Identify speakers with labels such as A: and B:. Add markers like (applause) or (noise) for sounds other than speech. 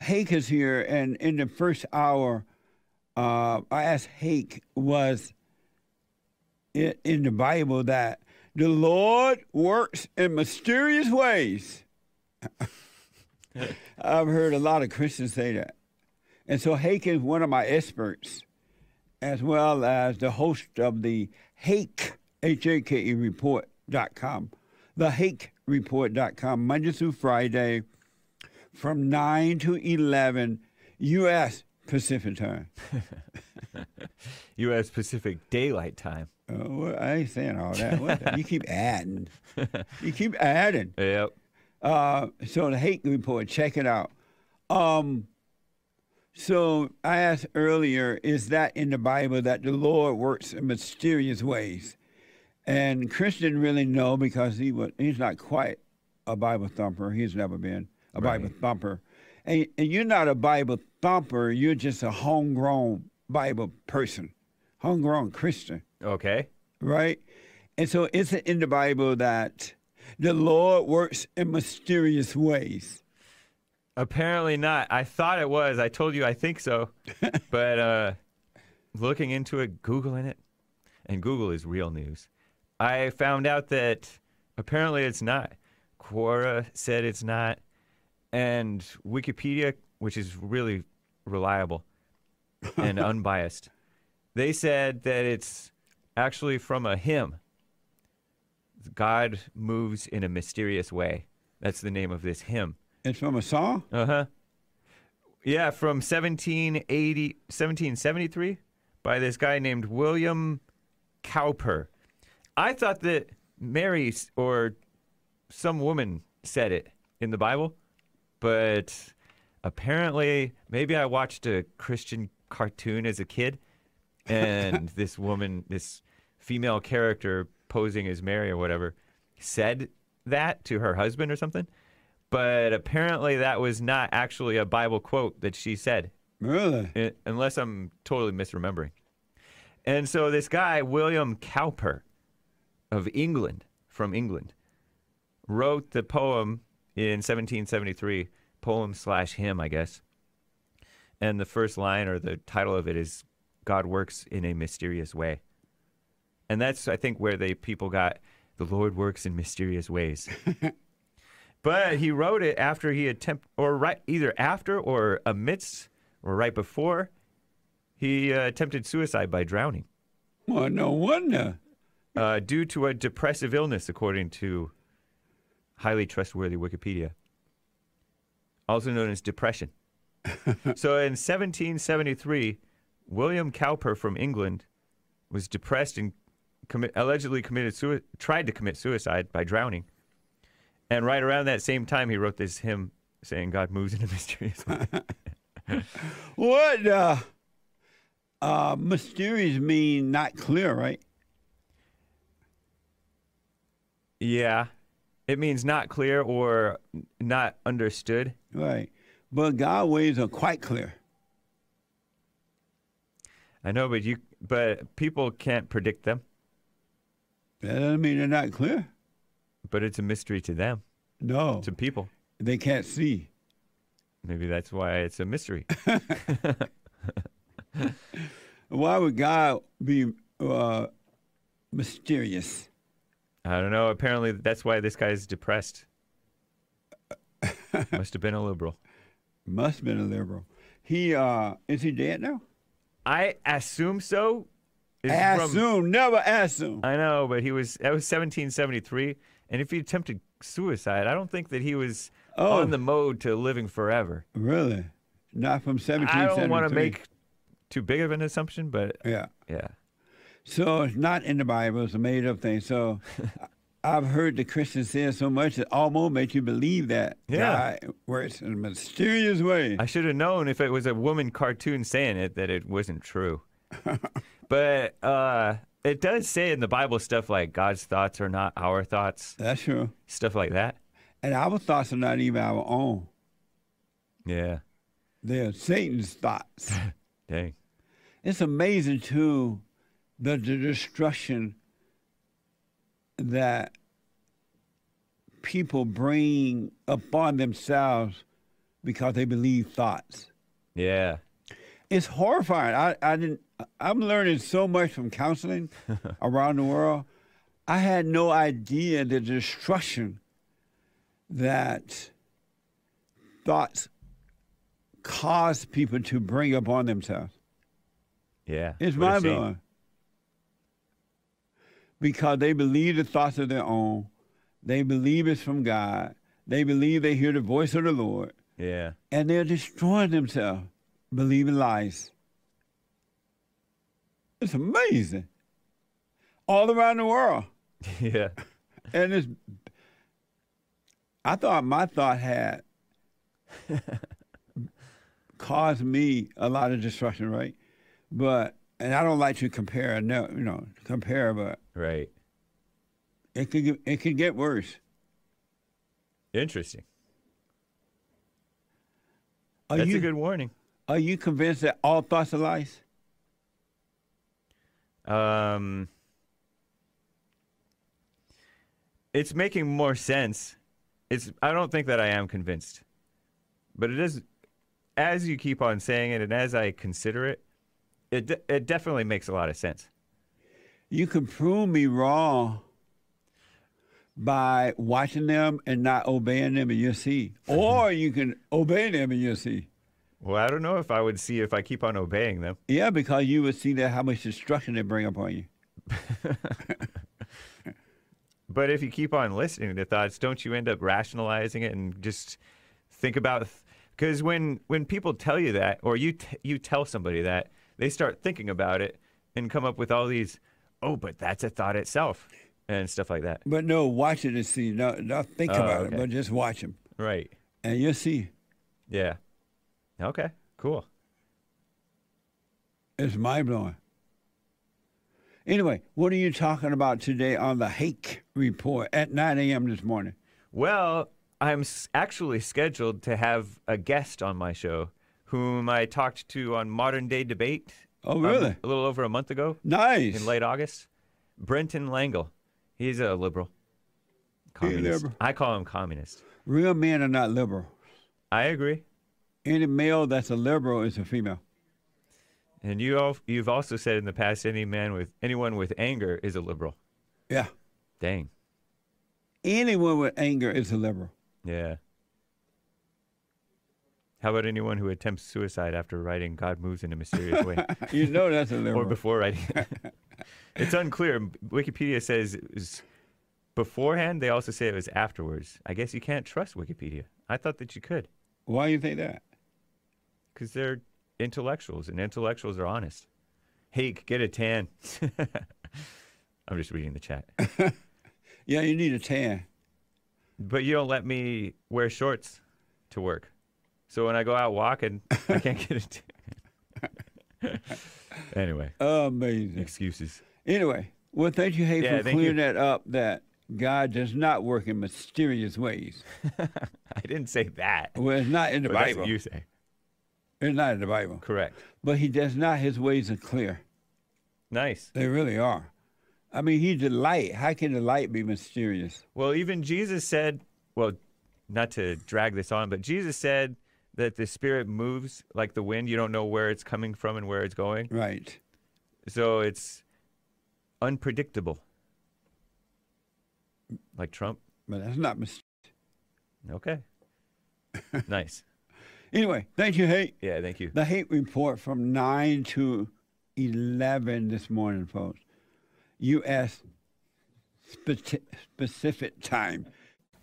A: Hake is here, and in the first hour, uh, I asked Hake, was it in the Bible that the Lord works in mysterious ways? (laughs) I've heard a lot of Christians say that. And so Hake is one of my experts, as well as the host of the Hake, H-A-K-E report.com, the Hake report.com, Monday through Friday from 9 to 11 U.S. Pacific time.
B: U.S. Pacific Daylight Time.
A: Uh, well, I ain't saying all that. What the- you keep adding. You keep adding.
B: Yep.
A: Uh, so the hate report, check it out. Um, so I asked earlier, is that in the Bible that the Lord works in mysterious ways? And Chris didn't really know because he was he's not quite a Bible thumper. He's never been a Bible thumper. And, and you're not a Bible thumper, you're just a homegrown Bible person, homegrown Christian
B: Okay.
A: right? And so it's in the Bible that the Lord works in mysterious ways.
B: Apparently not. I thought it was. I told you I think so. but uh, looking into it, Googling it, and Google is real news, I found out that apparently it's not. Quora said it's not. And Wikipedia, which is really reliable and unbiased, they said that it's actually from a hymn. God moves in a mysterious way. That's the name of this hymn.
A: It's from a song?
B: Uh huh. Yeah, from 1780, 1773 by this guy named William Cowper. I thought that Mary s- or some woman said it in the Bible, but apparently, maybe I watched a Christian cartoon as a kid, and this woman, this female character posing as Mary or whatever, said that to her husband or something. But apparently, that was not actually a Bible quote that she said,
A: Really?
B: i- unless I'm totally misremembering. And so, this guy, William Cowper of England, from England, wrote the poem in 1773, poem slash hymn, I guess. And the first line or the title of it is God Works in a Mysterious Way. And that's, I think, where the people got the Lord works in mysterious ways. But he wrote it after he attempt, or right either after or amidst or right before he uh, attempted suicide by drowning,
A: Well, no wonder.
B: uh, due to a depressive illness, according to highly trustworthy Wikipedia, also known as depression. so in 1773, William Cowper from England was depressed and commi- allegedly committed sui- tried to commit suicide by drowning. And right around that same time, he wrote this hymn saying, "God moves (laughs) in a mysterious way."
A: What the? Uh, mysterious mean not clear, right?
B: yeah, it means not clear or n- not understood.
A: Right. But God's ways are quite clear.
B: I know, but you, but people can't predict them.
A: That doesn't mean they're not clear.
B: But it's a mystery to them,
A: No,
B: to people.
A: they can't see.
B: Maybe that's why it's a mystery.
A: Why would God be uh, mysterious?
B: I don't know. Apparently, that's why this
A: (laughs)
B: guy's depressed. Must have been a liberal.
A: Must have been a liberal. He uh, is he dead now?
B: I assume so. It's from-
A: Assume, never assume.
B: I know, but he was that was 1773, and if he attempted suicide, I don't think that he was
A: Oh.
B: on the mode to living forever.
A: Really? Not from 1773.
B: I don't want to make too big of an assumption, but
A: Yeah.
B: yeah,
A: So it's not in the Bible. It's a made up thing. So (laughs) I've heard the Christians say it so much it almost makes you believe that.
B: Yeah.
A: God works in a mysterious way.
B: I should have known if it was a woman cartoon saying it that it
A: (laughs)
B: wasn't true. but uh, it does say in the Bible stuff like God's thoughts are not our thoughts,
A: That's true.
B: stuff like that.
A: And our thoughts are not even our own.
B: Yeah,
A: They're Satan's thoughts.
B: dang.
A: it's amazing too the, the destruction that people bring upon themselves because they believe thoughts.
B: Yeah.
A: It's horrifying. I, I didn't. I'm learning so much from counseling around the world. I had no idea the destruction that thoughts cause people to bring upon themselves.
B: Yeah.
A: It's
B: What a
A: mind
B: shame.
A: blowing. Because they believe the thoughts of their own. They believe it's from God. They believe they hear the voice of the Lord.
B: Yeah.
A: And they're destroying themselves, believing lies. It's amazing. All around the world.
B: Yeah. (laughs)
A: And it's I thought my thought
B: (laughs)
A: had caused me a lot of destruction, right? But and I don't like to compare, no, you know, compare, but
B: Right.
A: it could get- it could get worse.
B: Interesting.
A: Are
B: That's
A: you
B: a good warning.
A: are you convinced that all thoughts are lies?
B: Um, it's making more sense. It's. I don't think that I am convinced, but it is. As you keep on saying it, and as I consider it, it de- it definitely makes a lot of sense.
A: You can prove me wrong by watching them and not obeying them, and you'll
B: (laughs)
A: see. Or you can obey them, and you'll see.
B: Well, I don't know if I would see if I keep on obeying them.
A: Yeah, because you would see that how much destruction they bring upon you.
B: But if you keep on listening to thoughts, don't you end up rationalizing it and just think about? Because when when people tell you that, or you t- you tell somebody that, they start thinking about it and come up with all these, oh, but that's a thought itself, and stuff like that.
A: But no, watch it and see. Not, not think
B: Oh,
A: about
B: okay.
A: it, but just watch them,
B: Right?
A: and you'll see.
B: Yeah. Okay. Cool.
A: It's mind blowing. Anyway, what are you talking about today on the Hake Report at 9 a.m. this morning?
B: Well, I'm s- actually scheduled to have a guest on my show, whom I talked to on Modern Day Debate.
A: Oh,
B: um,
A: really?
B: a little over a month ago.
A: Nice.
B: in late August. Brenton Langle. He's a liberal. Communist.
A: liberal.
B: I call him communist.
A: Real men are not liberal.
B: I agree.
A: Any male that's a liberal is a female.
B: And you all, you've also said in the past any man with anyone with anger is a liberal.
A: Yeah.
B: Dang.
A: Anyone with anger is a liberal. (laughs)
B: Yeah. How about anyone who attempts suicide after writing God moves in a
A: (laughs)
B: mysterious way
A: You know that's a
B: or
A: liberal.
B: before writing? (laughs) it's unclear. Wikipedia says it was beforehand. They also say it was afterwards. I guess you can't trust Wikipedia. I thought that you could.
A: Why do you think that?
B: Because they're intellectuals, and intellectuals are honest. Hey, get a tan. (laughs) I'm just reading the chat.
A: Yeah, you need a tan.
B: But you don't let me wear shorts to work. So when I go out walking, I can't get a tan. (laughs) anyway,
A: Amazing.
B: excuses.
A: Anyway, well, thank you, Hay,
B: Yeah,
A: for
B: thank
A: clearing
B: you.
A: that up that God does not work in mysterious ways.
B: I didn't say that.
A: Well, it's not in the
B: But that's
A: Bible.
B: what you say.
A: It's not in the Bible.
B: Correct.
A: But he does not, his ways are clear.
B: Nice.
A: They really are. I mean, he delight. How can delight be mysterious?
B: Well, even Jesus said, well, not to drag this on, but Jesus said that the spirit moves like the wind. You don't know where it's coming from and where it's going.
A: Right.
B: So it's unpredictable. Like Trump.
A: But that's not mysterious.
B: Okay. nice.
A: Anyway, thank you, Hate.
B: Yeah, thank you.
A: The hate report from 9 to 11 this morning, folks. U.S. Speci- specific time.